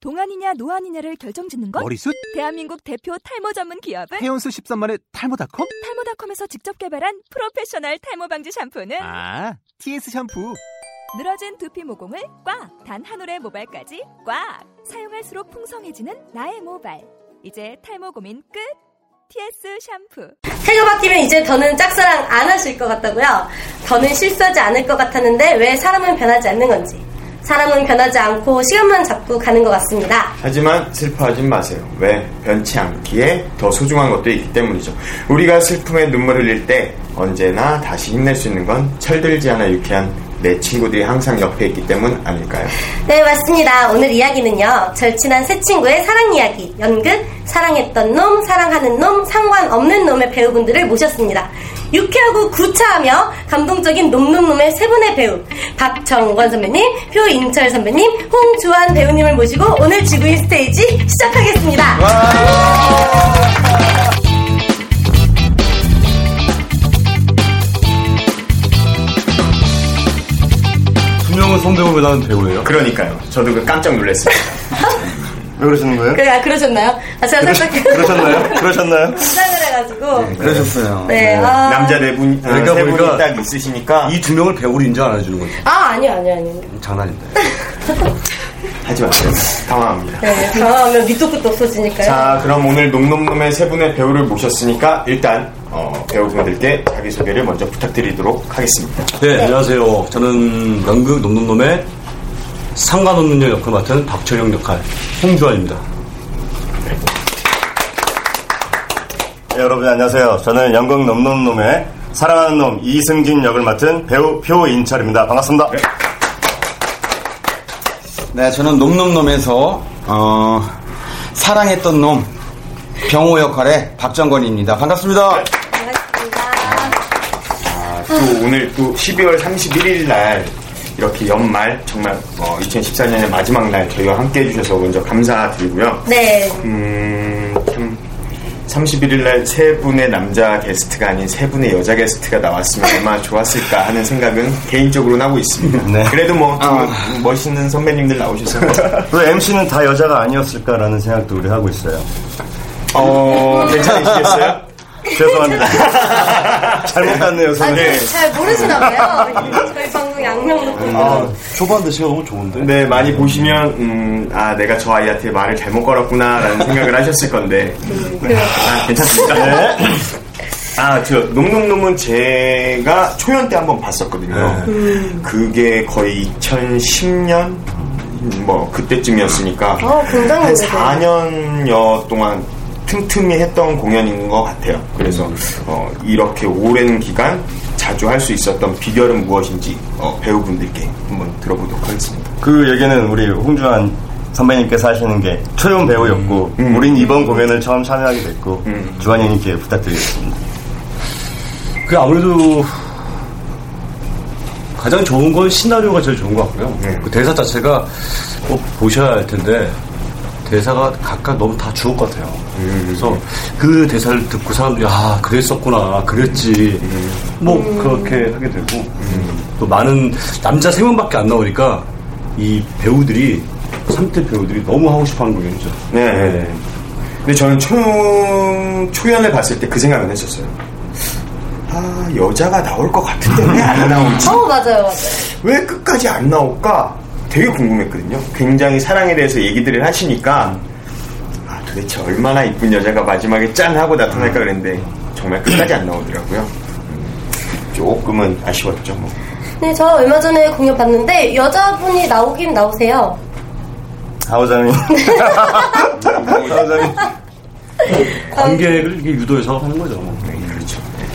동안이냐 노안이냐를 결정짓는 건 머리숱? 대한민국 대표 탈모 전문 기업은 헤어수 13만의 탈모닷컴? 탈모닷컴에서 직접 개발한 프로페셔널 탈모 방지 샴푸는 아, TS 샴푸. 늘어진 두피 모공을 꽉! 단 한 올의 모발까지 꽉! 사용할수록 풍성해지는 나의 모발. 이제 탈모 고민 끝! TS 샴푸. 태그 바뀌면 이제 더는 짝사랑 안 하실 것 같다고요? 더는 실수하지 않을 것 같았는데 왜 사람은 변하지 않는 건지. 사람은 변하지 않고 시간만 잡고 가는 것 같습니다. 하지만 슬퍼하진 마세요. 왜? 변치 않기에 더 소중한 것들이 있기 때문이죠. 우리가 슬픔에 눈물 흘릴 때 언제나 다시 힘낼 수 있는 건 철들지 않아 유쾌한 내 친구들이 항상 옆에 있기 때문 아닐까요? 네, 맞습니다. 오늘 이야기는요. 절친한 세 친구의 사랑 이야기, 연극, 사랑했던 놈, 사랑하는 놈, 상관없는 놈의 배우분들을 모셨습니다. 유쾌하고 구차하며 감동적인 놈놈놈의 세 분의 배우 박정권 선배님, 표인철 선배님, 홍주환 배우님을 모시고 오늘 지구인 스테이지 시작하겠습니다. 분명은 성대모보다는 배우예요. 그러니까요. 저도 그 깜짝 놀랐어요. 왜 그러시는 거예요? 그래, 아, 그러셨나요? 아, 제가 살짝 그러셨나요? 그러셨나요? 긴장을 해가지고. 그러셨어요. 네, 아. 남자 네 분, 그러니까 세 분이 보니까 딱 있으시니까 이 두 명을 배우로 인정 안 해주는 거죠. 아, 아니요, 아니요, 아니요. 장난인데. 하지 마세요. 당황합니다. 네, 당황하면 밑도 끝도 없어지니까요. 자, 그럼 오늘 농놈놈의 세 분의 배우를 모셨으니까 일단 어, 배우분들께 자기소개를 먼저 부탁드리도록 하겠습니다. 네, 안녕하세요. 저는 연극 놈놈놈의 상관없는 년 역할 맡은 박철영 역할 홍주환입니다. 네, 여러분 안녕하세요. 저는 연극 놈놈놈의 사랑하는 놈 이승진 역을 맡은 배우 표인철입니다. 반갑습니다. 네, 저는 놈놈놈에서 어, 사랑했던 놈 병호 역할의 박정건입니다. 반갑습니다. 반갑습니다. 아, 또 오늘 또 12월 31일 날 이렇게 연말 정말 2014년의 마지막 날 저희와 함께 해주셔서 먼저 감사드리고요. 네, 음, 참 31일 날 세 분의 남자 게스트가 아닌 세 분의 여자 게스트가 나왔으면 얼마나 좋았을까 하는 생각은 개인적으로는 하고 있습니다. 그래도 뭐좀 멋있는 선배님들 나오셔서 뭐, 왜 MC는 다 여자가 아니었을까라는 생각도 우리 하고 있어요. 어, 괜찮으시겠어요? 죄송합니다. 잘못 갔네요, 아, 선생님. 잘 모르시나 봐요. 저희 방송 양명 아, 놓고. 초반대 시간 너무 좋은데. 네, 많이 보시면, 음, 아, 내가 저 아이한테 말을 잘못 걸었구나라는 생각을 하셨을 건데. 네. 아, 괜찮습니다. 아, 저, 농농농은 제가 초연 때 한번 봤었거든요. 음. 그게 거의 2010년? 뭐, 그때쯤이었으니까. 어, 굉장히 한 오래돼요. 4년여 동안 틈틈이 했던 공연인 것 같아요. 그래서, 어, 이렇게 오랜 기간 자주 할 수 있었던 비결은 무엇인지, 어, 배우분들께 한번 들어보도록 하겠습니다. 그 얘기는 우리 홍주환 선배님께서 하시는 게 초연 배우였고, 우린 이번 공연을 음. 처음 참여하게 됐고, 주환이 형님께 부탁드리겠습니다. 그 아무래도 가장 좋은 건 시나리오가 제일 좋은 것 같고요. 네. 그 대사 자체가 꼭 보셔야 할 텐데 대사가 각각 너무 다 주옥 같아요. 음, 그래서 그 대사를 듣고 사람들이 아 그랬었구나 그랬지 음. 뭐 그렇게 하게 되고 또 많은 남자 세 명밖에 안 나오니까 이 배우들이 삼대 배우들이 너무 하고 싶어하는 공연이죠. 네. 근데 저는 초, 초연을 봤을 때 그 생각은 했었어요. 아, 여자가 나올 것 같은데 왜 안 나오지? 어, 맞아요, 맞아요. 왜 끝까지 안 나올까? 되게 궁금했거든요. 굉장히 사랑에 대해서 얘기들을 하시니까 아, 도대체 얼마나 이쁜 여자가 마지막에 짠 하고 나타날까 그랬는데 정말 끝까지 안 나오더라고요. 음, 조금은 아쉬웠죠. 뭐. 네, 저 얼마 전에 공연 봤는데 여자분이 나오긴 나오세요. 하우장님. 하우장님. 관객을 이렇게 유도해서 하는 거죠. 뭐. 그렇죠. 네.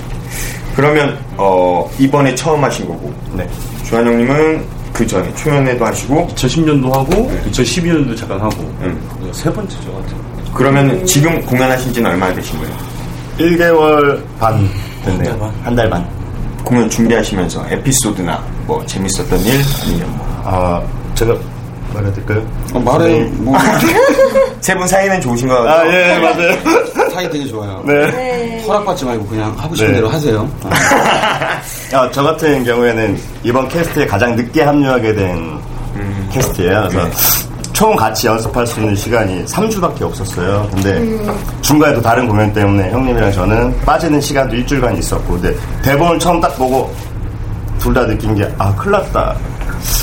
그러면 어, 이번에 처음 하신 거고 네. 주한 형님은 그 전에 초연에도 하시고 2010년도 하고 2012년도 잠깐 하고 음. 세 번째죠 같은. 그러면 지금 공연하신 지는 얼마나 되신 거예요? 1개월 반 됐네요. 한 달 반. 공연 준비하시면서 에피소드나 뭐 재밌었던 일 아니면 뭐. 아, 제가 말해도 될까요? 어, 말해 뭐 세 분 사이는 좋으신 거 아, 같아요. 예, 맞아요. 사이 되게 좋아요. 네. 허락받지 말고 그냥 하고 싶은 네. 대로 하세요. 아, 아, 저 같은 경우에는 이번 캐스트에 가장 늦게 합류하게 된 캐스트예요. 그래서 처음 같이 연습할 수 있는 시간이 3주밖에 없었어요. 근데 중간에도 다른 공연 때문에 형님이랑 저는 빠지는 시간도 일주일간 있었고, 근데 대본을 처음 딱 보고 둘 다 느낀 게, 아, 큰일 났다.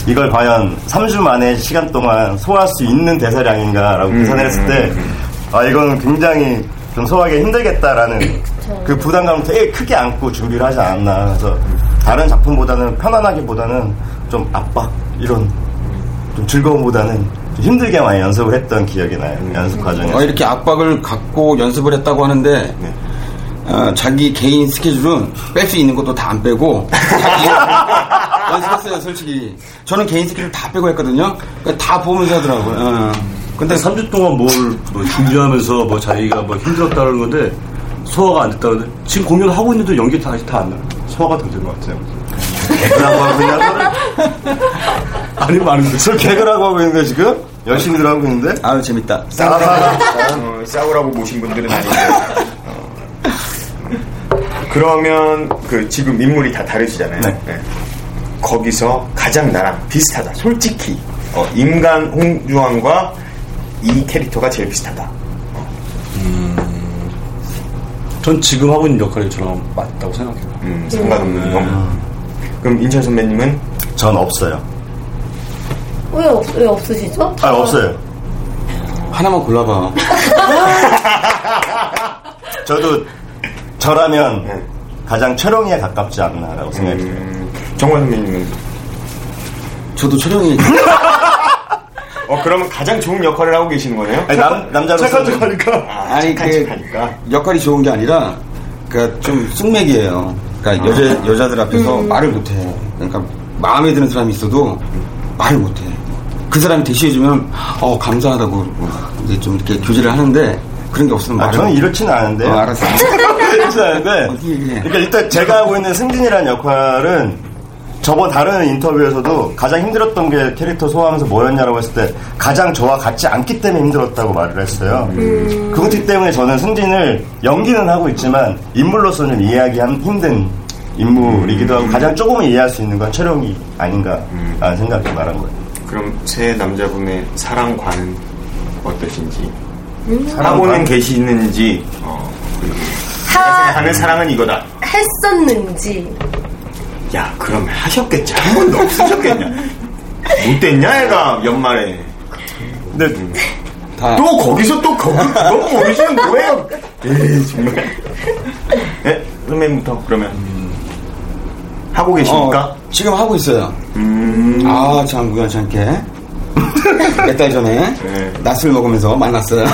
이걸 과연 3주 만에 시간 동안 소화할 수 있는 대사량인가라고 음, 계산을 했을 때, 아, 이건 굉장히 좀 소화하기 힘들겠다라는 그 부담감을 되게 크게 안고 준비를 하지 않았나. 그래서 다른 작품보다는 편안하기보다는 좀 압박, 이런 좀 즐거움보다는 좀 힘들게 많이 연습을 했던 기억이 나요. 연습 과정에서. 어, 이렇게 압박을 갖고 연습을 했다고 하는데 어, 자기 개인 스케줄은 뺄 수 있는 것도 다 안 빼고 자기 연습했어요 솔직히 저는 개인 스케줄 다 빼고 했거든요 그러니까 다 보면서 하더라고요 어. 근데 근데 3주 동안 뭘뭐 준비하면서 뭐 자기가 뭐 힘들었다는 건데 소화가 안 됐다는데 지금 공연하고 있는데 연기 다 아직 다 안 나요. 소화가 덜 된 것 예. 같아요. 개그라고 하고 있나 봐요. 아니 많은데. 저 개그라고 하고 있는데 지금? 열심히 들어가고 있는데? 아유 재밌다 싸우라고, 어, 싸우라고 모신 분들은 아닌데. 어. 그러면 그 지금 인물이 다 다르시잖아요. 네. 네. 거기서 가장 나랑 비슷하다. 솔직히 어, 인간 홍주환과 이 캐릭터가 제일 비슷하다. 전 지금 하고 있는 역할이 저랑 맞다고 생각해요. 음, 상관없는 놈. 그럼 인천 선배님은 예. 전 없어요. 왜, 없, 왜 없으시죠? 아, 없어요. 하나만 골라봐 저도 저라면 네. 가장 최롱이에 가깝지 않나라고 생각해요. 음, 정관 선배님은 저도 촬영이 어 그러면 가장 좋은 역할을 하고 계시는 거네요? 아니, 남, 남자로서. 하니까 아니 그 하니까 역할이 좋은 게 아니라 그러니까 좀 숙맥이에요. 그러니까 여자 여자들 앞에서 말을 못해. 그러니까 마음에 드는 사람이 있어도 말을 못해. 그 사람이 대시해주면 어 감사하다고 그러고 이제 좀 이렇게 교제를 하는데 그런 게 없으면 아, 말을 저는 못 해. 이렇지는 않은데. 어, 아, 알았어. 그렇지 않은데. 어떻게 얘기해? 그러니까 일단 제가 하고 있는 승진이라는 역할은 저번 다른 인터뷰에서도 가장 힘들었던 게 캐릭터 소화하면서 뭐였냐라고 했을 때 가장 저와 같지 않기 때문에 힘들었다고 말을 했어요. 그것 때문에 저는 승진을 연기는 하고 있지만 인물로서는 이해하기 한- 힘든 인물이기도 하고 가장 조금은 이해할 수 있는 건 최룡이 아닌가라는 생각이 말한 거예요. 그럼 새 남자분의 사랑관은 어떠신지 사랑관? 하고는 계시는지 어, 그리고 내가 하, 생각하는 사랑은 이거다 했었는지. 야 그럼 하셨겠지 한 번도 없으셨겠냐 못됐냐 얘가 연말에 근데 다 또 거기서 또 거기 너무 오리지는 뭐예요 에이 정말 예? 선배님부터 그러면 하고 계십니까? 어, 지금 하고 있어요. 아참 우연치 않게 몇 달 전에 네. 낮술 먹으면서 만났어요.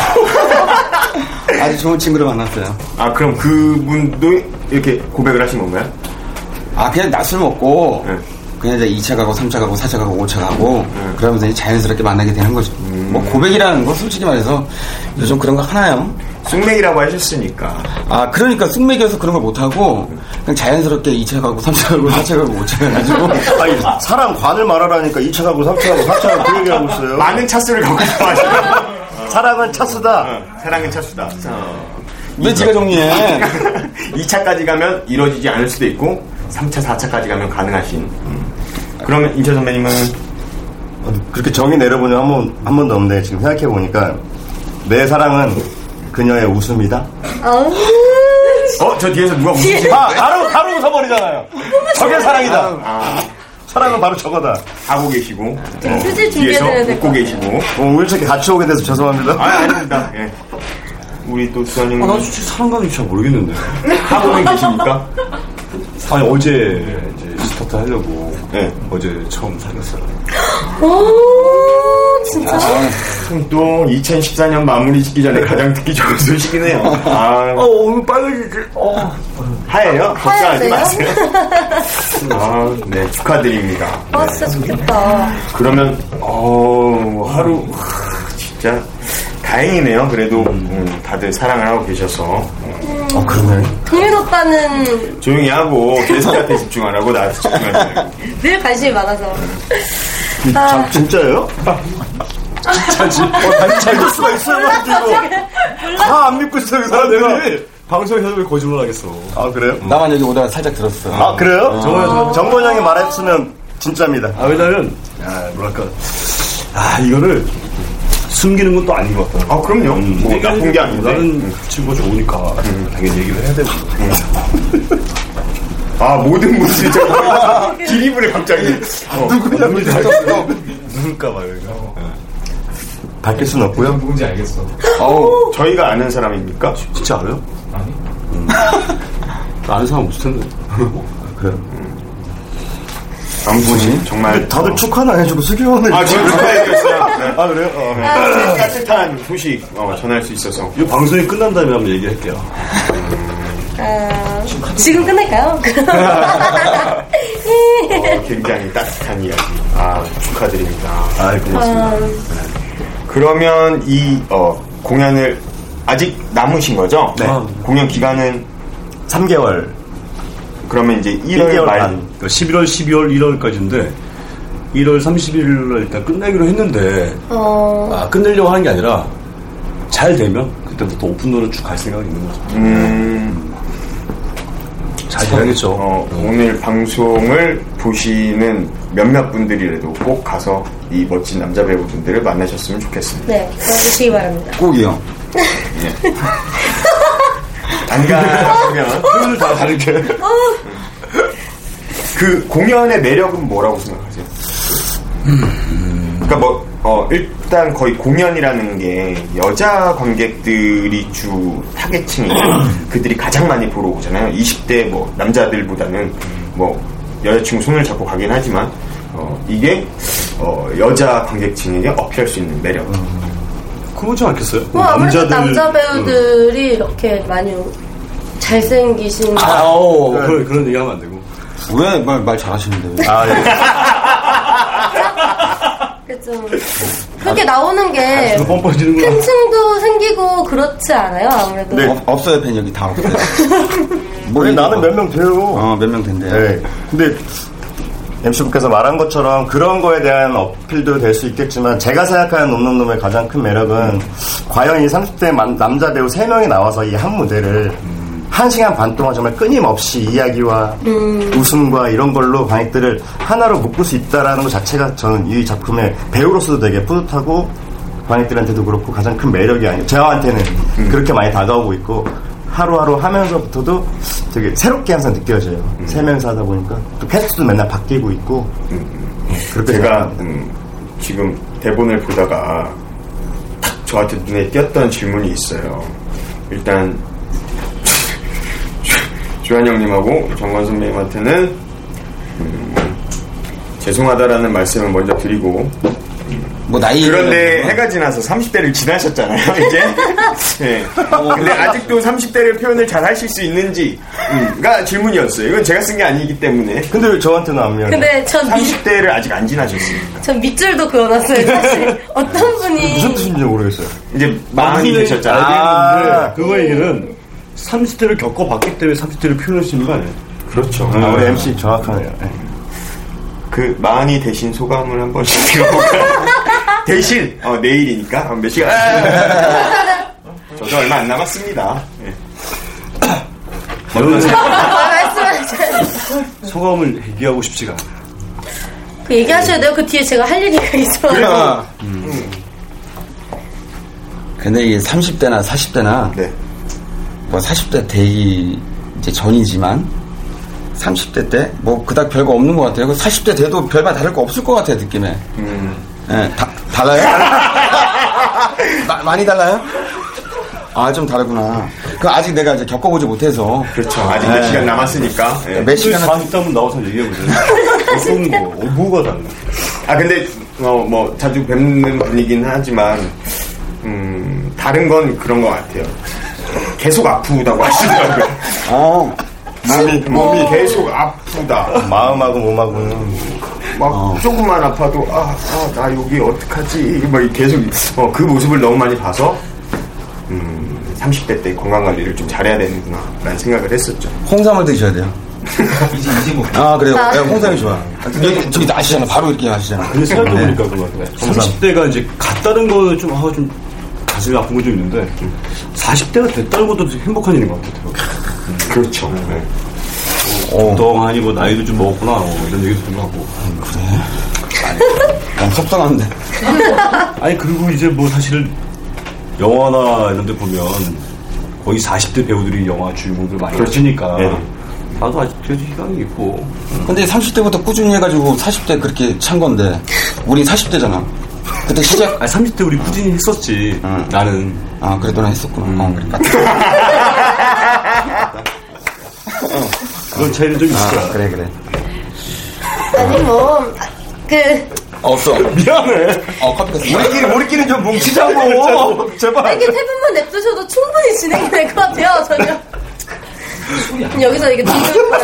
아주 좋은 친구를 만났어요. 아 그럼 그분도 이렇게 고백을 하신 건가요? 아 그냥 낮술 먹고 네. 그냥 이제 2차 가고 3차 가고 4차 가고 5차 가고 네. 그러면서 이제 자연스럽게 만나게 되는 거죠 음. 뭐 고백이라는 건 솔직히 말해서 요즘 그런 거 하나요? 숙맥이라고 하셨으니까 아 그러니까 숙맥이어서 그런 걸 못하고 그냥 자연스럽게 2차 가고 3차 가고 4차 가고 5차 가가지고 아니 사랑관을 말하라니까 2차 가고 3차 가고 4차 가고 그 얘기를 하고 있어요. 많은 차수를 갖고 싶어하시고 사랑은 차수다. 어, 사랑은 차수다. 왜 지가 정리해 2차까지 가면 이루어지지 않을 수도 있고 3차, 4차까지 가면 가능하신. 음. 그러면 임철 선배님은 그렇게 정이 내려보니 한번 한 번도 없는데 지금 생각해 보니까 내 사랑은 그녀의 웃음이다. 아우, 어 저 뒤에서 누가 웃으시? 아 바로 바로 웃어버리잖아요. 저게 사랑이다. 사랑은 바로 저거다. 하고 계시고 어, 휴지 뒤에서 준비해드려야 될 웃고 것 계시고. 어, 우리 이렇게 같이 오게 돼서 죄송합니다. 아 아닙니다. 예. 우리 또 수아님 아, 어, 나 은 솔직히 사랑감이 잘 모르겠는데. 하고는 계십니까? 아니 어제 이제 스타트 하려고 네. 어제 처음 사귀었어요. 오, 진짜. 그럼 또 2014년 마무리 짓기 전에 가장 듣기 좋은 소식이네요. 아, 어 오늘 빨개지. 어. 하예요? 걱정하지 하얀데요? 마세요. 아, 네 축하드립니다. 네, 아, 진짜 좋겠다. 그러면 어 하루 하, 진짜 다행이네요. 그래도 음, 다들 사랑을 하고 계셔서 어 그러네. 동윤 오빠는 조용히 하고 게스트한테 집중하라고 나한테 집중하지 말고. 늘 관심이 많아서. 참 진짜예요? 진짜지. 어, 아니 잘될 수가 있어요. 아, 다안 믿고 있어요 이 사람들이. 방송에서 왜 거짓말 하겠어? 아 그래요? 나만 여기 오다가 살짝 들었어 아 그래요? 정원 정원 형이 말했으면 진짜입니다. 아 왜냐면 아 뭐랄까 아 이거를 숨기는 건 또 아닌 것 같아요. 아, 그럼요. 뭐 내가 나쁜 게 아닌데. 나는 그 친구가 좋으니까 당연히 얘기를 해야 되고. 아 모든 분들이 저 기립을 갑자기 어, 눈물이 다 떴어. 누굴까 봐요. 이거. 밝힐 순 없고요. 누군지 알겠어. 어우, 저희가 아는 사람입니까? 진짜 알아요? 아니? 아는 사람 없을 텐데. 안분이 정말 다들 어. 축하는 안 해주고 수기원을. 아 지금 축하해주셨어요. 네. 아, 그래요? 어, 네. 따뜻한 소식 어, 전할 수 있어서 이 방송이 끝난 다음에 한번 얘기할게요. 아, 지금 끝낼까요? 어, 굉장히 따뜻한 이야기. 아 축하드립니다. 아, 음, 고맙습니다. 그러면 이 어, 공연을 아직 남으신 거죠? 네. 어. 공연 기간은 3개월. 그러면 이제 1월 1개월 말. 반. 그러니까 11월, 12월, 1월까지인데 1월 31일날 일단 끝내기로 했는데 어, 아, 끝내려고 하는 게 아니라 잘 되면 그때부터 오픈으로 쭉 갈 생각이 있는 거죠. 음, 잘 돼야겠죠. 어, 오늘 방송을 보시는 몇몇 분들이라도 꼭 가서 이 멋진 남자 배우분들을 만나셨으면 좋겠습니다. 네, 들어주시기 바랍니다. 꼭이요. 단가 공연. 표현을 다 다르게. 그 공연의 매력은 뭐라고 생각하세요? 그러니까 뭐 어, 일단 거의 공연이라는 게 여자 관객들이 주 타겟층이 그들이 가장 많이 보러 오잖아요. 20대 뭐 남자들보다는 뭐 여자친구 손을 잡고 가긴 하지만 어, 이게 어, 여자 관객층에게 어필할 수 있는 매력. 그러지 않겠어요? 뭐 아무래도 남자 배우들이 이렇게 많이 잘생기신 아, 오, 그런, 그런 얘기 하면 안 되고. 왜 말 말 잘하시는데? 아, 예. 좀 그렇게 나오는 게 이거 뻔뻔해지는구나. 팬층도 생기고 그렇지 않아요 아무래도 없- 없어요 팬력이 다 없어요. 뭐 우리 이거. 네. 나는 몇 명 돼요. 어몇 명 된대. 네. 근데 MC분께서 말한 것처럼 그런 거에 대한 어필도 될 수 있겠지만 제가 생각하는 놈놈놈의 가장 큰 매력은 과연 이 30대 만- 남자 배우 3명이 나와서 이 한 무대를 한시간반 동안 정말 끊임없이 이야기와 웃음과 이런 걸로 관객들을 하나로 묶을 수 있다라는 것 자체가 저는 이 작품의 배우로서도 되게 뿌듯하고 관객들한테도 그렇고 가장 큰 매력이 아니에요. 저한테는 음. 그렇게 많이 다가오고 있고 하루하루 하면서부터도 되게 새롭게 항상 느껴져요. 음. 세 명이서 하다 보니까 또 캐스트도 맨날 바뀌고 있고 음. 그렇게 제가 생각합니다. 음, 지금 대본을 보다가 탁 저한테 눈에 띄었던 질문이 있어요. 일단 주한 형님하고 정관 선배님한테는 음, 죄송하다라는 말씀을 먼저 드리고 뭐 나이 그런데 해가 지나서 30대를 지나셨잖아요 이제 예. 근데 아직도 30대를 표현을 잘 하실 수 있는지가 질문이었어요 이건 제가 쓴 게 아니기 때문에 근데 왜 저한테는 안 미안해? 근데 전, 밑, 30대를 아직 안 지나셨으니까 전 밑줄도 그어놨어요 사실 어떤 무슨 분이 뜻인지 모르겠어요. 이제 마흔이 그렇죠. 되셨잖아요 네. 아, 그거 얘기는 30대를 겪어봤기 때문에 30대를 표현할 수 있는 거 아니에요? 그렇죠. 음. 아, 우리 MC 정확하네요. 네. 그 많이 대신 소감을 한 번씩 들어볼까요? 대신 어, 내일이니까 한몇 시간. 저도 얼마 안 남았습니다. 예. 아, 말씀하셔야 소감을 얘기하고 싶지가 않아요. 그 얘기하셔야 돼요 그 뒤에 제가 할 얘기가 있어요 그래요. 근데 이게 30대나 40대나 네. 뭐 40대 되기 이제 전이지만 30대 때 뭐 그닥 별거 없는 것 같아요. 그 40대 돼도 별반 다를 거 없을 것 같아요 느낌에. 예, 다, 달라요? 마- 많이 달라요? 아 좀 다르구나. 그 아직 내가 이제 겪어보지 못해서 그렇죠. 아직 몇 시간 남았으니까. 예. 몇 시간 아. 방 있다면 그 나와서 얘기해보세요. 어떤 거, 어, 뭐가 달라? 아 근데 어, 뭐 자주 뵙는 분이긴 하지만 음, 다른 건 그런 것 같아요. 계속 아프다고 하시더라고요. 어 몸이 어. 몸이 계속 아프다. 마음하고 몸하고는 막 조금만 아파도 아 나 여기 어떡하지 막 계속 어, 그 모습을 너무 많이 봐서 음, 30대 때 건강 관리를 좀 잘해야 되는구나 라는 생각을 했었죠 홍삼을 드셔야 돼요. 이제 이제 뭐 아 그래요. 아. 예, 홍삼이 좋아. 여기 저기 아시잖아. 바로 이렇게 아시잖아. 근데 생각해보니까 그거 같아요. 30대가 네. 이제 갔다는 거는 좀, 아, 좀 가슴이 아픈 건 좀 있는데 40대가 됐다는 것도 되게 행복한 일인 것 같아요. 그렇죠 네. 어. 엉덩하니 뭐 나이도 좀 먹었구나 뭐 이런 얘기도 좀 하고 난 아, 속상한데. 아니 그리고 이제 뭐 사실 영화나 이런 데 보면 거의 40대 배우들이 영화 주인공들 많이 해주니까 예. 나도 아직 그래도 희망이 있고 근데 30대부터 꾸준히 해가지고 40대 그렇게 찬 건데, 우린 40대잖아. 그때 시작, 아 30대 우리 꾸준히 했었지 나는 아, 그래도 나 했었구나. 어, 그러니까. 그런 차이는 좀 있을 거야 아, 그래, 그래. 아니 뭐 그, 없어. 아. 미안해 어, 커피 깼어. 우리끼리 우리끼리는 좀 뭉치자고 제발 이렇게 세 분만 냅두셔도 충분히 진행이 될 것 같아요, 전혀. 여기서 이게 뒤집어.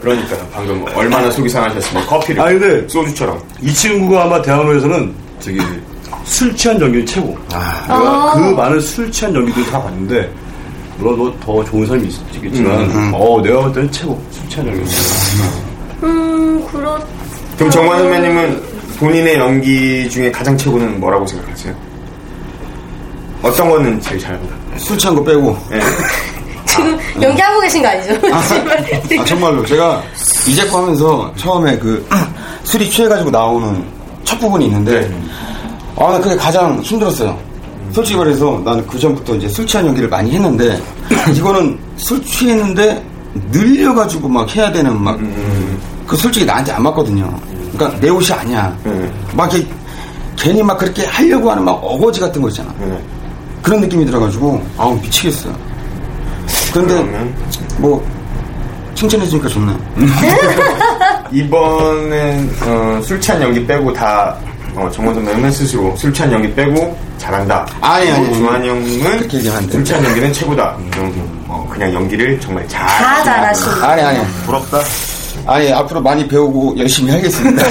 그러니까 방금 얼마나 속이 상하셨으면 커피를 아, 근데- 소주처럼 이 친구가 아마 대한민국에서는 저기 술 취한 연기는 최고 내가 그 많은 술 취한 연기들 다 봤는데 물론 뭐더 좋은 사람이 있겠지만 어 내가 볼 때는 최고 술 취한 연기 음, 그렇. 그럼 정관 선배님은 본인의 연기 중에 가장 최고는 뭐라고 생각하세요? 어떤 거는 제일 잘한다? 술 취한 거 빼고. 지금 연기하고 계신 거 아니죠? 지금 아, 정말로. 제가 이제코 하면서 처음에 그 술이 취해가지고 나오는 첫 부분이 있는데, 아, 나 그게 가장 힘들었어요. 솔직히 말해서 나는 그전부터 이제 술 취한 연기를 많이 했는데, 이거는 술 취했는데 늘려가지고 막 해야 되는 막, 그 솔직히 나한테 안 맞거든요. 그러니까 내 옷이 아니야. 막 이렇게 괜히 막 그렇게 하려고 하는 막 어거지 같은 거 있잖아. 그런 느낌이 들어가지고, 아우, 미치겠어요. 그런데, 그러면? 뭐, 칭찬해주니까 좋네. 이번엔 어, 술 취한 연기 빼고 다 어, 정원 선배는 스스로 술 취한 연기 빼고 잘한다. 아니, 그리고 아니, 아니. 주한 형은 그렇게 얘기하면 안 돼. 음. 술 취한 연기는 최고다. 이런, 어, 그냥 연기를 정말 잘. 다 잘하시고. 아니, 아니. 부럽다 아니, 앞으로 많이 배우고 열심히 하겠습니다.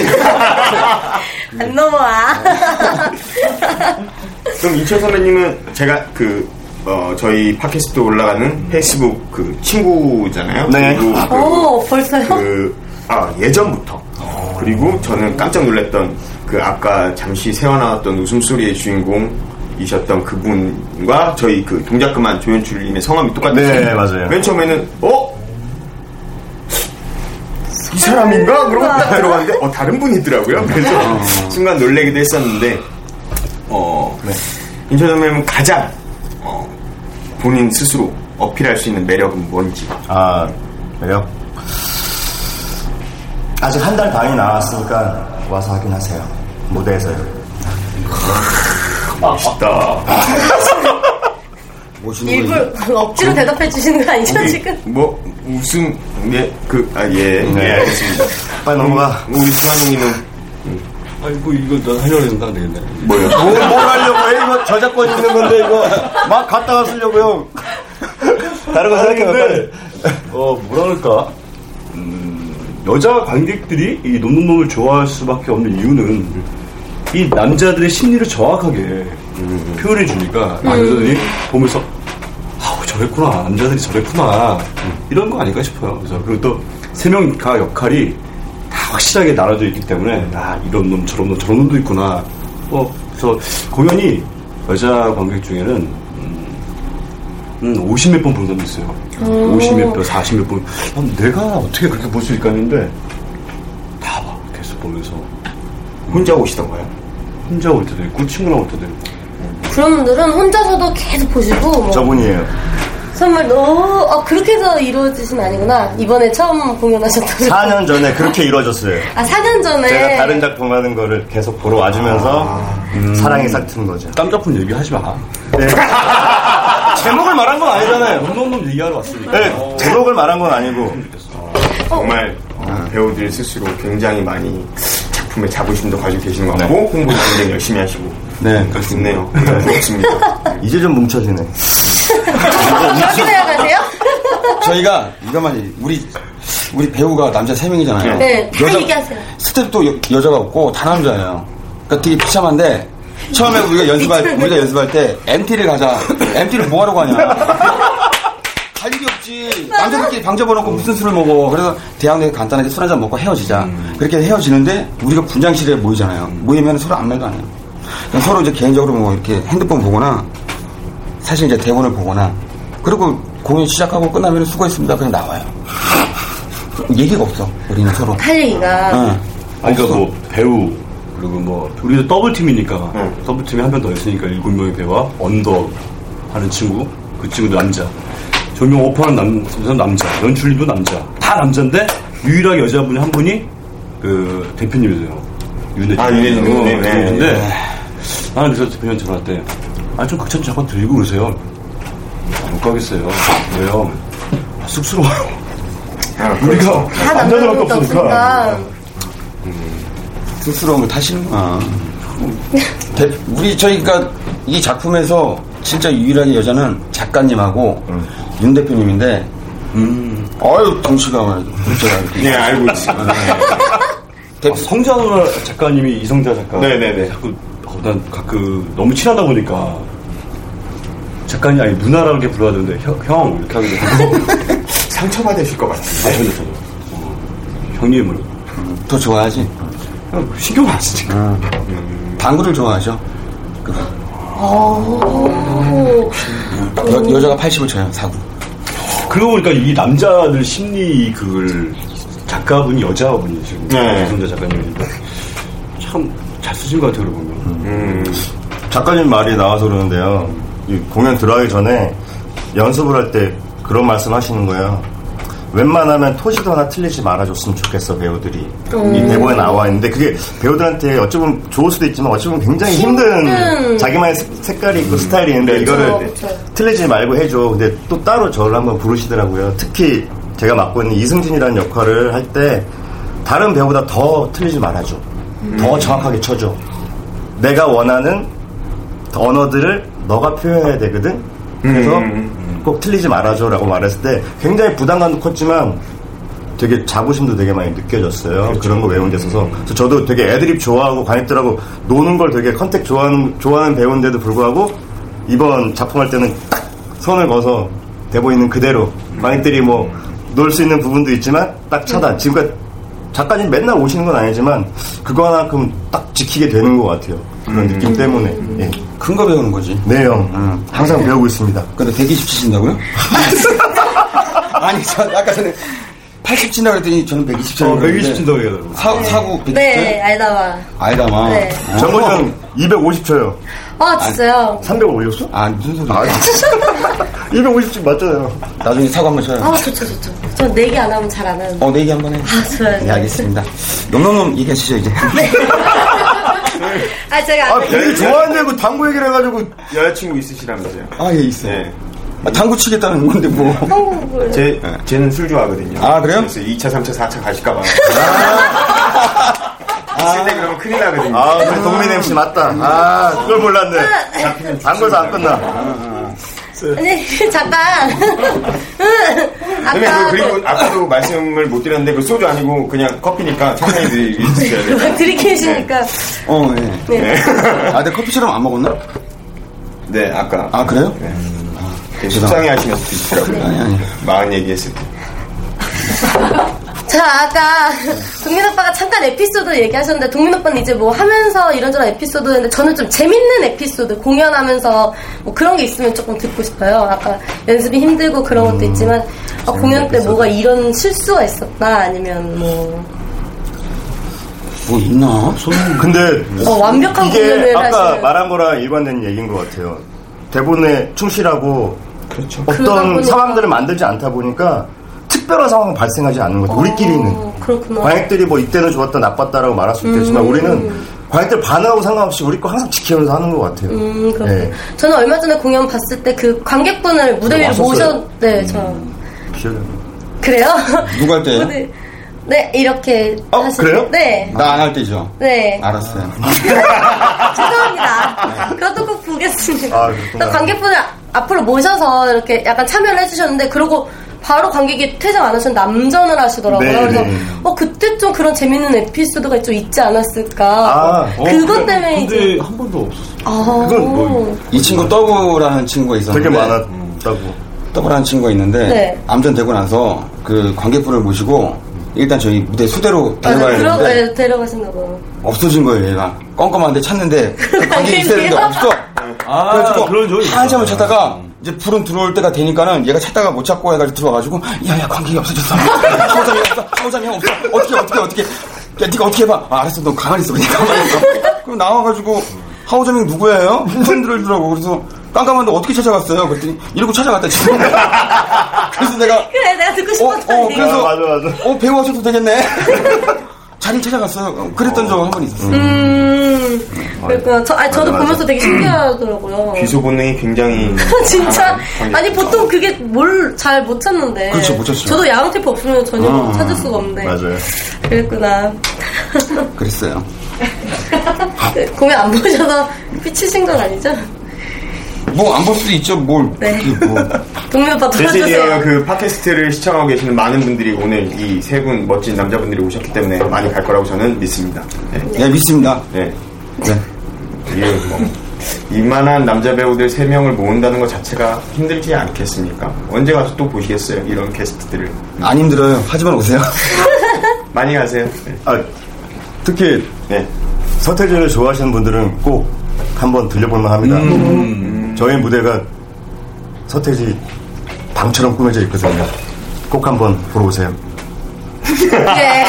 안 넘어와. 그럼 이철 선배님은 제가 그 어, 저희 팟캐스트 올라가는 페이스북 그 친구잖아요. 네. 그리고 그- 오, 벌써요? 그, 아, 예전부터. 그리고 저는 깜짝 놀랐던 그 아까 잠시 새어나왔던 웃음소리의 주인공이셨던 그분과 저희 그 동작 그만 조연출님의 성함이 똑같아요. 네, 맞아요. 맨 처음에는, 어? 이 사람인가? 그러고 딱 들어갔는데, 어, 다른 분이더라고요. 그래서 아. 순간 놀래기도 했었는데, 어, 네. 인천 선배님은 가장, 어, 본인 스스로 어필할 수 있는 매력은 뭔지. 아 그래요? 아직 한 달 반이 남았으니까 와서 하긴 하세요 무대에서요 멋있다. 모시는 거 일부 억지로 대답해 주시는 거 아니죠, 지금? 뭐 웃음 예, 예그아예예 알겠습니다. 빨리 넘어가 우리 승환 형님은 뭐 아이고 이거 난 하려고 했는데 안 되겠네 뭐요? 어, 음. 뭘, 뭘 하려고 해 이거 저작권 있는 건데 이거 막 갖다 가 쓰려고요 다른 거 생각해봐 빨리 근데 어 뭐라 그럴까 음, 여자 관객들이 이 놈놈놈을 좋아할 수밖에 없는 이유는 이 남자들의 심리를 정확하게 표현해 주니까 아, 여자들이 보면서 아우 저랬구나 남자들이 저랬구나 이런 거 아닐까 싶어요 그래서 그리고 또 세 명 다 역할이 다 확실하게 나눠져 있기 때문에 아 이런 놈 저런 놈 저런 놈도 있구나 어 그래서 공연이 여자 관객 중에는 음, 50몇 번 본 사람도 있어요. 50몇 번, 40몇 번. 난 내가 어떻게 그렇게 볼 수 있을까 했는데, 다 봐. 계속 보면서. 혼자 오시던가요? 혼자 올 때도 있고, 친구랑 올 때도 있고. 그런 분들은 혼자서도 계속 보시고, 뭐, 저분이에요 정말 너무, 아, 그렇게 해서 이루어지진 아니구나. 이번에 처음 공연하셨다고. 4년 전에 그렇게 이루어졌어요 아, 4년 전에. 제가 다른 작품 하는 거를 계속 보러 와주면서 아. 사랑이 싹튼 거죠 딴 작품 얘기하지 마. 제목을 말한 건 아니잖아요 놈놈놈 얘기하러 왔으니까. 네, 제목을 말한 건 아니고 정말 어, 배우들 스스로 굉장히 많이 작품에 자부심도 가지고 계시는 것 같고 홍보도 굉장히 열심히 하시고 음, 네 좋네요. 부럽습니다. 이제 좀 뭉쳐지네 그렇게 생각하세요? 저희가 이것만 얘기- 우리 우리 배우가 남자 3명이잖아요. 네, 다 얘기하세요. 스텝도 여, 여자가 없고 다 남자예요. 그러니까 되게 비참한데 처음에 우리가 연습할 우리가 연습할 때 MT를 가자. MT를 뭐 하러 가냐? 갈 일이 없지. 남자들끼리 방 잡아놓고 무슨 술을 먹어. 그래서 대학에 간단하게 술 한잔 먹고 헤어지자. 음. 그렇게 헤어지는데 우리가 분장실에 모이잖아요. 모이면 서로 아무 말도 안 해요. 그냥 서로 이제 개인적으로 뭐 이렇게 핸드폰 보거나 사실 이제 대본을 보거나 그리고 공연 시작하고 끝나면 수고했습니다 그냥 나와요 얘기가 없어 우리는 서로 할 얘기가. 응. 아니, 그러니까 뭐 배우 그리고 뭐 우리도 더블 팀이니까 더블 팀에 한 명 더 있으니까 일곱 명의 배우와 언더 하는 친구 그 친구도 남자 조명 오퍼는 남 선수 남자 연출님도 남자 다 남자인데 유일하게 여자분이 한 분이 그 대표님이세요 윤혜진 아, 윤혜진 어, 네, 네. 근데 나는 그래서 대표님 전화 할때 아 좀 극찬 자꾸 들고 그러세요 아, 못 가겠어요 왜요 아, 쑥스러워요 아, 우리가 그렇죠. 다 남자들밖에 없으니까. 쑥스러움을 타시는구나. 어. 대- 우리 저희가 그러니까 이 작품에서 진짜 유일하게 여자는 작가님하고 음. 윤 대표님인데, 음, 아유 당시가 말이죠. 네, 알고 있어. 아, 성장을 작가님이 이성자 작가. 네네네. 자꾸 어, 난 가끔 너무 친하다 보니까 작가님 아니 누나라고 불러야 되는데 형, 형 이렇게 하게 되고 상처받으실 것 같아요. 아, 저도 저도 형님을 더 좋아하지. 그냥 신경 안 쓰니까 당구를 좋아하죠. 그거. 여, 여자가 80을 쳐요 사구. 아. 그러고 보니까 이 남자들 심리 그걸 작가분이 여자분이 지금 네. 이성자 작가님인데 참 잘 쓰신 것 같아요 그러고 보면 음. 작가님 말이 나와서 그러는데요. 이 공연 들어가기 전에 연습을 할 때 그런 말씀 하시는 거예요. 웬만하면 토지도 하나 틀리지 말아줬으면 좋겠어 배우들이 음. 이 대본에 나와 있는데 그게 배우들한테 어찌 보면 좋을 수도 있지만 어찌 보면 굉장히 힘든, 자기만의 색- 색깔이 있고 스타일이 있는데 이거를 음. 그쵸. 틀리지 말고 해줘 근데 또 따로 저를 한번 부르시더라고요 특히 제가 맡고 있는 이승진이라는 역할을 할 때 다른 배우보다 더 틀리지 말아줘 더 정확하게 쳐줘 내가 원하는 언어들을 너가 표현해야 되거든. 그래서 꼭 틀리지 말아줘라고 말했을 때 굉장히 부담감도 컸지만 되게 자부심도 되게 많이 느껴졌어요. 그런거 외운 데 있어서. 그래서 저도 되게 애드립 좋아하고 관객들하고 노는 걸 되게 컨택 좋아하는, 좋아하는 배우인데도 불구하고 이번 작품할 때는 딱 선을 거서 대본 있는 그대로 관객들이 뭐 놀 수 있는 부분도 있지만 딱 차단. 지금까지 작가님 맨날 오시는 건 아니지만 그거 하나만큼 딱 지키게 되는 것 같아요. 그런 느낌 때문에. 예. 큰 거 배우는 거지. 네, 형. 항상 배우고 있습니다. 근데 120 치신다고요? 아니 저 아까 전에 80 친다 그랬더니 저는 120 어, 치는 120 친다고 해요 사, 사고 120 네, 알다와. 아이다마 어. 네. 정근이 형 250초요. 아, 진짜요? 300 올렸어? 아 무슨 소리야 250초 맞잖아요. 나중에 사고 한번 아, 쳐요 좋죠, 좋죠. 저 내기 안 하면 잘 안 하는데. 어 내기 한번 해 아, 좋아요. 네. 네, 알겠습니다 놈놈놈 얘기하시죠 이제 아, 제가 아, 안 되게 좋아한다고 당구 얘기를 해가지고 여자친구 있으시라면서요. 아 예 있어요 네. 아, 당구 치겠다는 건데 뭐아 한국을. 제, 쟤는 술 좋아하거든요. 아, 그래요? 그래서 2차, 3차, 4차 가실까봐. 있을 때 그러면 큰일 나거든요. 아, 우리 동민 MC 맞다. 아, 그걸 몰랐네. 안 걸서 안 끝나. 네. 아니, 네. 잠깐. 응. 근데 아까. 뭐 그, 그리고 아까도 말씀을 못 드렸는데 그 소주 아니고 그냥 커피니까 천천히 드셔야 돼요. 들이키시니까. 네. 어, 예. 네. 아, 내가 커피 시럽 안 먹었나? 네, 아까 아, 음. 그래요? 속상해 하시면서 드시더라고요. 아니, 아니. 마흔 얘기했을 때. 자, 아까 동민 오빠가 잠깐 에피소드 얘기하셨는데, 동민 오빠는 이제 뭐 하면서 이런저런 에피소드인데, 저는 좀 재밌는 에피소드, 공연하면서 뭐 그런 게 있으면 조금 듣고 싶어요. 아까 연습이 힘들고 그런 음, 것도 있지만, 아, 공연 때 뭐가 이런 실수가 있었나, 아니면 뭐. 뭐 어? 있나? 손. 근데 어, 완벽한 이게 공연을 아까 하시는- 말한 거랑 일관된 얘기인 것 같아요. 대본에 충실하고 그렇죠. 그러다 보니까- 어떤 상황들을 만들지 않다 보니까 특별한 상황은 발생하지 않는 것 같아요. 우리끼리는. 어, 그렇구나. 음. 관객들이 뭐 이때는 좋았다 나빴다라고 말할 수 있겠지만 우리는 관객들 반응하고 상관없이 우리 거 항상 지키면서 하는 것 같아요. 음, 그렇군 예. 저는 얼마 전에 공연 봤을 때 그 관객분을 무대 위로 왔었어요? 음. 모셨, 네, 저. 기억이 안 나. 그래요? 누가 할 때예요? 무대- 네, 이렇게. 어, 하시- 그래요? 네. 나 안 할 때죠. 네. 알았어요. 죄송합니다. 그것도 꼭 보겠습니다. 네. 아, 그렇구나. 또 관객분을 앞으로 모셔서 이렇게 약간 참여를 해주셨는데, 그러고 바로 관객이 퇴장 안 하셨는데 남전을 하시더라고요. 네, 그래서, 네. 어, 그때 좀 그런 재밌는 에피소드가 좀 있지 않았을까. 아, 어, 그것 때문에 이제. 한 번도 없었어 아, 그건 뭐 이 친구 떠구라는 친구가 있었는데. 되게 많았다고. 떠구라는 친구가 있는데. 네. 암전되고 나서 그 관객분을 모시고 일단 저희 무대 수대로 맞아, 데려가야 들어, 되는데. 네, 데려가셨나 봐요. 없어진 거예요, 얘가. 껌껌한데 찾는데 관객이 있어야 되는데 없어. 아, 그래가지고 그런 적이 아. 있구나. 한참을 찾다가 이제 불은 들어올 때가 되니까는 얘가 찾다가 못 찾고 해가지고 들어와가지고 야야 관객이 없어졌어. 사오자이 없어, 사오자이 없어. 어떻게 어떻게 어떻게 야, 네가 어떻게 해봐. 아, 알았어. 너 가만히 있어. 그냥 가만히 있어. 그럼 나와가지고, 하우점이 누구예요? 손 들어주더라고. 그래서, 깜깜한데 어떻게 찾아갔어요? 그랬더니, 이러고 찾아갔다, 지금. 그래서 내가, 그래 내가 듣고 어, 싶었던 어, 얘기. 그래서, 아, 맞아, 맞아. 어, 배우 하셔도 되겠네. 자리 찾아갔어요. 어, 그랬던 적 한 번 있었어요. 음, 그러니까 저, 아니, 저도 맞아, 맞아. 보면서 되게 신기하더라고요. 비소 본능이 음. 굉장히 진짜 강한 아니 관계죠. 보통 그게 뭘 잘 못 찾는데. 그렇죠, 못 찾죠. 저도 야광 테이프 없으면 전혀 찾을 수가 없는데. 맞아요. 그랬구나. 그랬어요. 그, 공연 안 보셔서 삐치신 건 아니죠? 뭐, 안 볼 수도 있죠. 뭘. 네. 그게 뭐. 동민 오빠 대신이요 도와주세요. 그 팟캐스트를 시청하고 계시는 많은 분들이 오늘 이 세 분 멋진 남자분들이 오셨기 때문에 많이 갈 거라고 저는 믿습니다. 네. 예, 믿습니다. 네. 네. 이게 뭐 이만한 남자 배우들 세 명을 모은다는 것 자체가 힘들지 않겠습니까? 언제 가서 또 보시겠어요? 이런 캐스트들을 안 힘들어요. 하지만 오세요. 많이 가세요. 네. 아, 특히 네. 서태지를 좋아하시는 분들은 꼭 한번 들려볼만 합니다. 저희 무대가 서태지 방처럼 꾸며져 있거든요. 꼭 한번 보러 오세요. 예.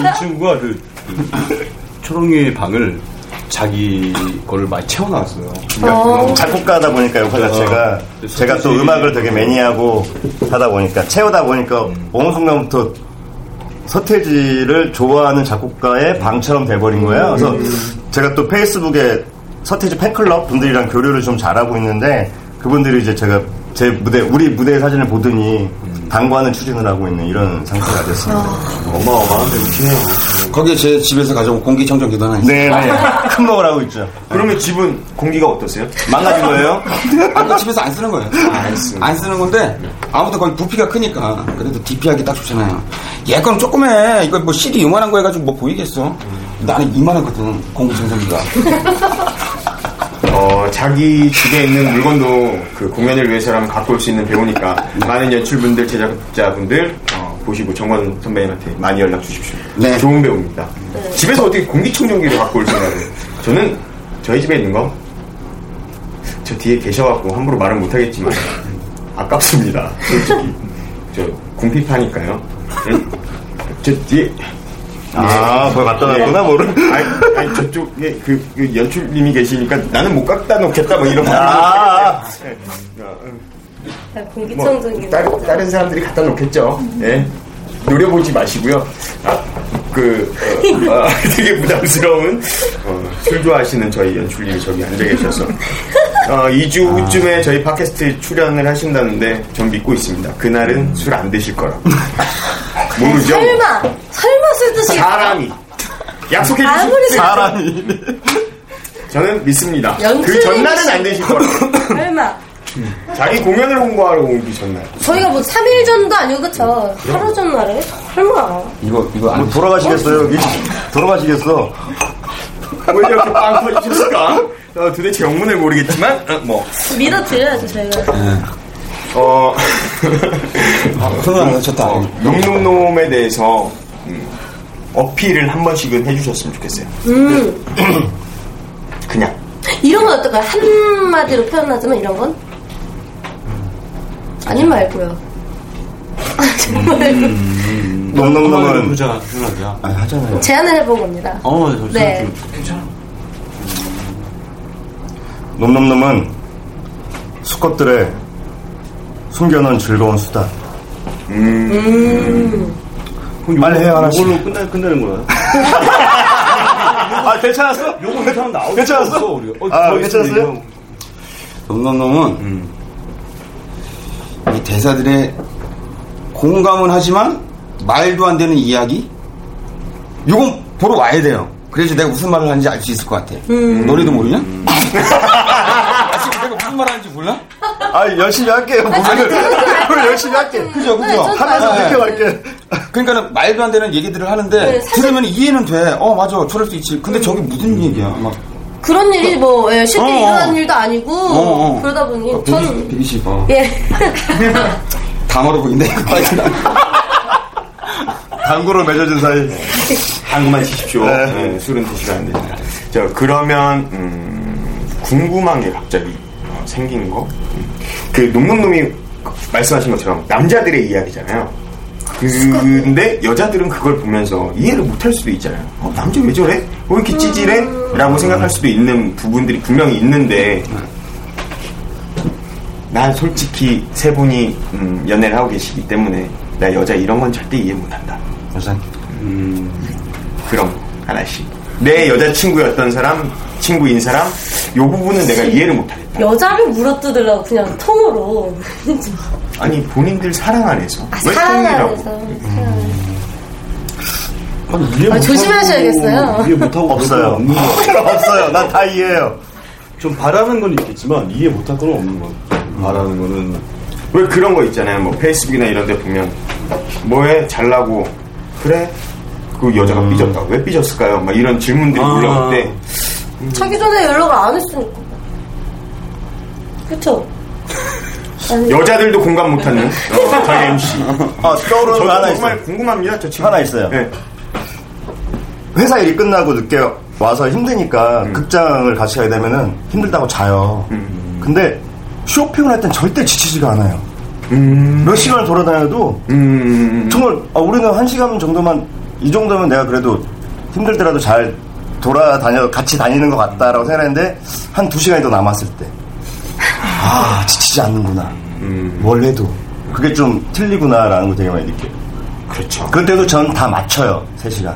이 친구가 그, 그 초롱이의 방을 자기 거를 많이 채워놨어요. 뭐, 작곡가다 보니까 역할 자체가 어. 제가 또 서태지. 음악을 되게 매니아고 하다 보니까 채우다 보니까 어느 순간부터 서태지를 좋아하는 작곡가의 방처럼 돼버린 거예요. 그래서 제가 또 페이스북에 서태지 팬클럽 분들이랑 교류를 좀 잘하고 있는데 그분들이 이제 제가 제 무대 우리 무대 사진을 보더니 당관을 추진을 하고 있는 이런 상태가 됐습니다. 어마어마한 배우시네요. 거기에 제 집에서 가져온 공기청정기도 하나 있어요. 네, 네. 큰 먹을 하고 있죠. 그러면 집은 공기가 어떠세요? 망가진 거예요? 아까 집에서 안 쓰는 거예요. 안, 쓰는 건데 아무튼 거기 부피가 크니까 그래도 DP하기 딱 좋잖아요. 얘 거는 조그매. 이거 뭐 CD 요만한 거 해가지고 뭐 보이겠어? 나는 이만하거든 공기청정기가. 어, 자기 집에 있는 물건도 그 공연을 위해서라면 갖고 올 수 있는 배우니까 많은 연출분들, 제작자분들 어, 보시고 정관 선배님한테 많이 연락 주십시오. 네. 좋은 배우입니다. 집에서 어떻게 공기청정기를 갖고 올 생각을? 저는 저희 집에 있는 거 저 뒤에 계셔갖고 함부로 말은 못하겠지만 아깝습니다. 솔직히 저 궁핍하니까요. 응? 저 뒤에 아, 거기 갖다 놨구나, 뭐를. 아니, 아니, 저쪽에 그, 그 연출님이 계시니까 나는 못 갖다 놓겠다 뭐 이런 말을 아, 뭐, 네, 공기청정기. 다른, 다른 사람들이 갖다 놓겠죠. 예. 노려보지 마시고요. 아, 그, 어, 아, 되게 부담스러운 어, 술 좋아하시는 저희 연출님이 저기 앉아 계셔서 어, 아. 2주 후쯤에 저희 팟캐스트에 출연을 하신다는데 전 믿고 있습니다. 그날은 술 안 드실 거라고. 모르죠? 설마 설마 쓸 듯이 사람이. 약속해 주시 아무리 생각- 사람이. 저는 믿습니다. 그 연출님이시- 전날은 안 드실 거라고. 설마 자기 공연을 홍보하러 오기 전날. 저희가 뭐 3일 전도 아니고 그쵸 하루 전 날에 설마 이거 이거 안 뭐 돌아가시겠어요 여기 돌아가시겠어 왜뭐 이렇게 빵 터지셨을까? 어, 도대체 영문을 모르겠지만, 어, 뭐. 밀어드려야죠 저희가 어, 손을 안 쳤다. 놈놈놈에 대해서 음, 어필을 한 번씩은 해주셨으면 좋겠어요. 네. 그냥. 이런 건 어떨까요? 한마디로 표현하자면 이런 건? 아닌 말고요. 아, 정말 음. 놈놈놈은 부자 누나야. 아, 하잖아요 제안을 해본 겁니다. 어, 저 네. 놈놈놈은 수컷들의 숨겨놓은 즐거운 수다 빨리 해요, 하나씩. 음. 이걸로 끝나, 끝나는 거야. 아 괜찮았어? 요거 괜찮은 나오고. 괜찮았어? 우리가. 아, 더 있으면 괜찮았어요? 이거. 놈놈놈은 이 대사들의 공감은 하지만 말도 안 되는 이야기 이건 보러 와야 돼요. 그래야지 내가 무슨 말을 하는지 알 수 있을 것 같아. 음. 노래도 모르냐? 아직 내가 무슨 말 하는지 몰라? 아 열심히 할게요 오늘 오늘 열심히 할게 그죠, 그죠. 네, 저도 하면서 알아요. 느껴갈게 그러니까 말도 안 되는 얘기들을 하는데 네, 사실- 음. 들으면 이해는 돼. 어 맞아, 저럴 수 있지. 근데 저게 무슨 얘기야? 막 그런 일이 뭐 예, 쉽게 어, 어. 일어난 일도 아니고 어, 어. 그러다 보니 아, 막 저는 비비 씨, 어. 예. 단어로 보인다. 이거 빨리 나. 당구로 맺어진 사이 한국만 치십시오. 네, 술은 드시면 안 됩니다. 자, 그러면, 음, 궁금한 게 갑자기 어, 생긴 거. 음. 그, 놈놈놈이 말씀하신 것처럼 남자들의 이야기잖아요. 근데 여자들은 그걸 보면서 이해를 못할 수도 있잖아요. 어, 남자 왜 저래? 왜 이렇게 찌질해? 라고 생각할 수도 있는 부분들이 분명히 있는데 난 솔직히 세 분이 음, 연애를 하고 계시기 때문에 나 여자 이런 건 절대 이해 못한다. 우선 그럼 하나씩 내 여자친구였던 사람 친구인 사람 요 부분은 내가 이해를 못하겠다. 여자를 물어뜯으려고 그냥 통으로. 음. 아니 본인들 사랑 안에서 아, 왜 사랑 통이라고? 안에서. 아, 조심하셔야겠어요. 이해 못하고 없어요. 없는 거. 없어요. 난 다 이해해요. 좀 바라는 건 있겠지만 이해 못할 건 없는 거. 바라는 거는 왜 그런 거 있잖아요. 뭐 페이스북이나 이런 데 보면 뭐해 잘나고 그래 그 여자가 음. 삐졌다. 고왜 삐졌을까요? 막 이런 질문들이 아. 올라올 때 자기 전에 연락을 안 했으니까. 그쵸? 여자들도 공감 못하는 어, 저희 MC. 아, 떠오르는 저도 거 하나 정말 있어요. 궁금합니다. 저 친구 하나 있어요. 네. 회사 일이 끝나고 늦게 와서 힘드니까 극장을 같이 가게 되면은 힘들다고 자요. 근데 쇼핑을 할 땐 절대 지치지가 않아요. 몇 시간을 돌아다녀도 음, 정말 아, 우리는 한 시간 정도만 이 정도면 내가 그래도 힘들 때라도 잘 돌아다녀 같이 다니는 것 같다라고 생각했는데 한 두 시간이 더 남았을 때 아 지치지 않는구나 음. 원래도 그게 좀 틀리구나라는 거 되게 많이 느껴요 그렇죠. 그때도 전 다 맞춰요 세시간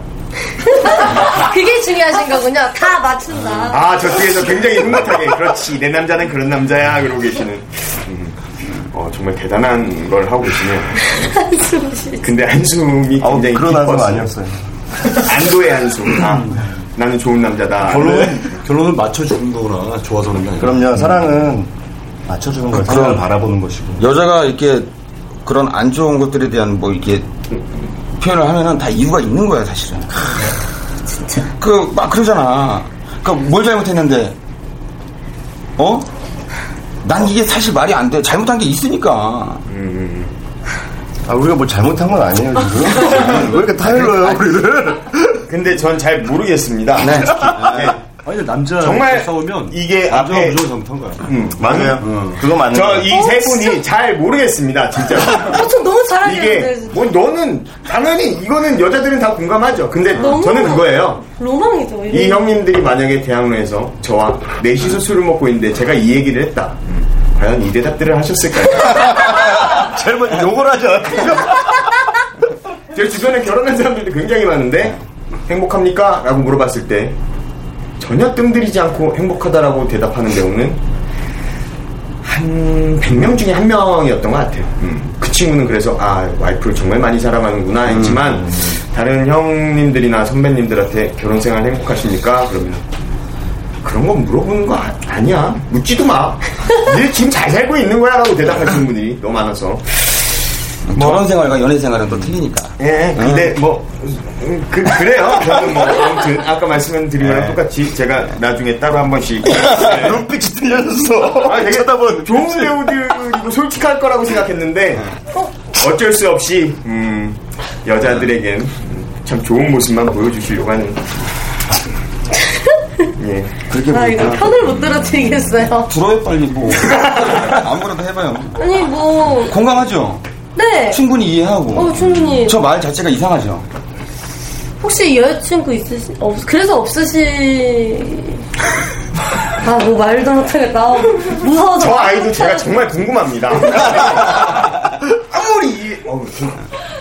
그게 중요하신 거군요. 다 맞춘다. 아, 저 뒤에서 굉장히 흐뭇하게, 그렇지, 내 남자는 그런 남자야, 그러고 계시는. 음, 어, 정말 대단한 걸 하고 계시네요. 근데 한숨이 아우 굉장히 그런 한숨 깊었어요. 아니었어요 음. 안도의 한숨. 아, 나는 좋은 남자다. 네. 결론은 결론은 맞춰주는 거구나. 좋아서 그런 게 아니라. 그럼요 음. 사랑은 맞춰주는 거예요 그- 사랑을 그럼- 바라보는 것이고 여자가 이렇게 그런 안 좋은 것들에 대한 뭐 이렇게 표현을 하면은 다 이유가 있는 거야 사실은. 진짜. 그 막 그러잖아. 그 뭘 잘못했는데, 어? 난 이게 사실 말이 안 돼. 잘못한 게 있으니까. 아 우리가 뭘 잘못한 건 아니에요 지금 왜 이렇게 타일러요 우리를 근데 전 잘 모르겠습니다. 네. 아니 근데 남자 정말 싸우면 이게 남자가 앞에- 무조건 잘못한 거야. 음, 맞아요 그거 맞는 거예요 저이 세 분이 잘 모르겠습니다, 진짜. 어, 네, 저 너무 이게, 잘하겠는데. 뭐, 너는, 당연히, 이거는 여자들은 다 공감하죠. 근데 저는 그거예요. 로망이죠. 이게. 이 형님들이 만약에 대학로에서 저와 넷이서 술을 먹고 있는데 제가 이 얘기를 했다. 과연 이 대답들을 하셨을까요? 제일 먼저 욕을 하죠 제 주변에 결혼한 사람들도 굉장히 많은데 행복합니까? 라고 물어봤을 때 전혀 뜸들이지 않고 행복하다라고 대답하는 경우는 한 100명 중에 한 명이었던 것 같아요. 음. 그 친구는 그래서 아 와이프를 정말 많이 사랑하는구나 했지만 다른 형님들이나 선배님들한테 결혼 생활 행복하십니까? 그러면 그런 건 물어보는 거 아, 니야 묻지도 마. 늘 지금 잘 살고 있는 거야라고 대답하시는 분들이 너무 많아서 뭐? 결혼 생활과 연애 생활은 또 틀리니까. 예, 근데 뭐, 음, 그, 그래요. 저는 뭐, 아무튼, 아까 말씀드린 네. 거랑 똑같이 제가 나중에 따로 한 번씩. 눈빛이 틀렸어. 아, 되게 네. 쳐다본 좋은 배우들이고 솔직할 거라고 생각했는데, 어쩔 수 없이, 음, 여자들에겐 참 좋은 모습만 보여주시려고 하는. 예. 그렇게 아, 이거 보니까 편을 못 들어드리겠어요. 들어요 빨리 뭐 아무래도 해봐요. 아니, 뭐. 공감하죠. 네. 충분히 이해하고. 어, 충분히. 저 말 자체가 이상하죠. 혹시 여자친구 있으시, 없, 그래서 없으시. 아, 뭐 말도 못하겠다. 무서워서. 저 말도 아이도 못하겠다. 제가 정말 궁금합니다. 아무리, 이해- 어우,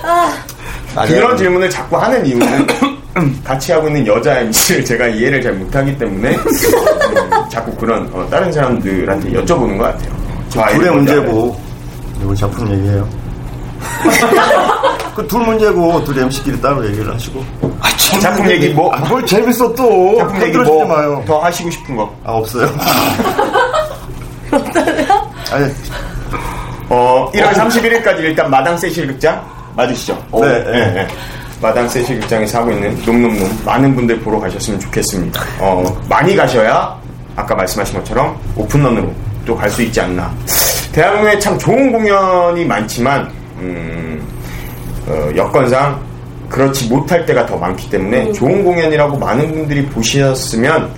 아, 그런 질문을 자꾸 하는 이유는 같이 하고 있는 여자 MC를 제가 이해를 잘 못하기 때문에 음, 자꾸 그런 어, 다른 사람들한테 여쭤보는 것 같아요. 저 아이를 둘의 뭔지 문제고 뭐. 이거 작품 얘기해요. 그 둘 문제고 둘이 MC끼리 따로 얘기를 하시고 알아요. 작품 얘기 뭐 아, 뭘 재밌어 또 작품 얘기 흔들어지지 뭐 마요. 더 하시고 싶은 거? 아 없어요. 아니 어 1월 31일까지 일단 마당 세실 극장 맞으시죠? 어, 네. 마당 세실 극장에서 하고 있는 놈놈놈 많은 분들 보러 가셨으면 좋겠습니다. 어, 많이 가셔야 아까 말씀하신 것처럼 오픈런으로 또 갈 수 있지 않나. 대한민국에 참 좋은 공연이 많지만 음, 어, 여건상 그렇지 못할 때가 더 많기 때문에 좋은 공연이라고 많은 분들이 보셨으면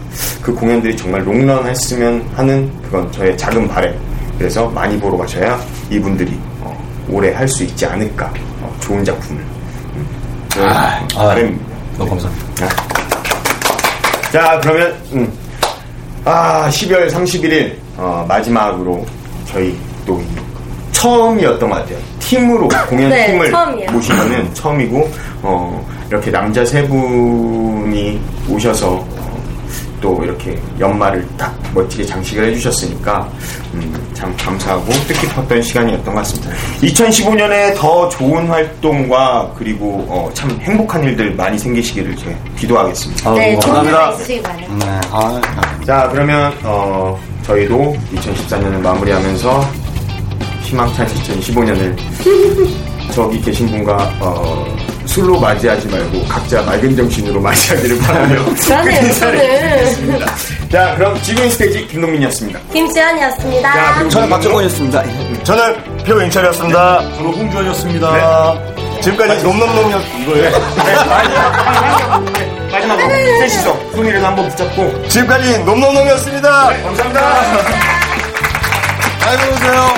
그 공연들이 정말 롱런했으면 하는 그건 저의 작은 바램. 그래서 많이 보러 가셔야 이분들이 어, 오래 할 수 있지 않을까. 어, 좋은 작품을. 음. 아, 다른 네. 너무 감사합니다. 자 그러면 음. 아 12월 31일 어, 마지막으로 저희 또이 처음이었던 것 같아요. 팀으로 공연 네, 팀을 처음이에요. 모시면은 처음이고 어, 이렇게 남자 세 분이 오셔서 어, 또 이렇게 연말을 딱 멋지게 장식을 해주셨으니까 음, 참 감사하고 뜻깊었던 시간이었던 것 같습니다. 2015년에 더 좋은 활동과 그리고 어, 참 행복한 일들 많이 생기시기를 제가 기도하겠습니다. 네, 좋은 감사합니다. 일만 있으시기 바랍니다. 어, 네, 아, 자 그러면 어, 저희도 2014년을 마무리하면서 희망찬 2015년을 저기 계신 분과 어, 술로 맞이하지 말고 각자 맑은 정신으로 맞이하기를 바라며 그러네요, 그 인사를 저는. 드리겠습니다. 자 그럼 지구인 스테이지 김동민이었습니다. 김지연이었습니다. 자 그리고 저는 박정권이었습니다. 예, 저는 표인철이었습니다. 네. 저는 홍주환이었습니다. 지금까지 놈놈놈이었 이거예요. 네, 마지막으로 셋이서 손이를 한번 붙잡고 네, 지금까지 놈놈놈이었습니다. 감사합니다. 잘 보세요.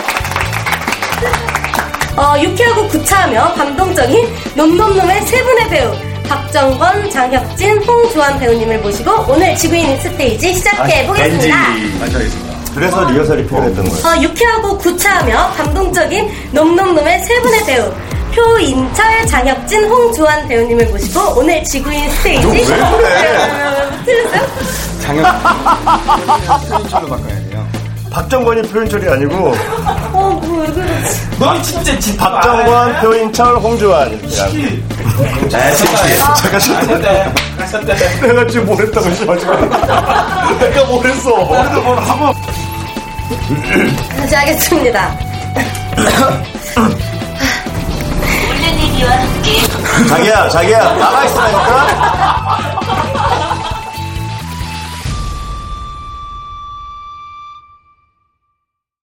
어, 유쾌하고 구차하며 감동적인 놈놈놈의 세 분의 배우 박정권, 장혁진, 홍주환 배우님을 모시고 오늘 지구인 스테이지 아, 시작해 보겠습니다. 그래서 리허설이 필요했던 거예요. 어, 유쾌하고 구차하며 감동적인 놈놈놈의 세 분의 배우 표인철, 장혁진, 홍주환 배우님을 모시고 오늘 지구인 스테이지 틀렸어요? 장혁 표준처로 바꿔야 돼요. 박정권이 표인철이 아니고 어, 뭐왜 그러지? 넌 진짜 진 아, 네. 박정권, 표인철, 홍주환 이렇게 네, 잠깐 쉬었대. 내가 지금 뭘 했다고 싶어가지고 네. 내가 뭘 했어 다시 하겠습니다. 자기야 자기야 나가 있으라니까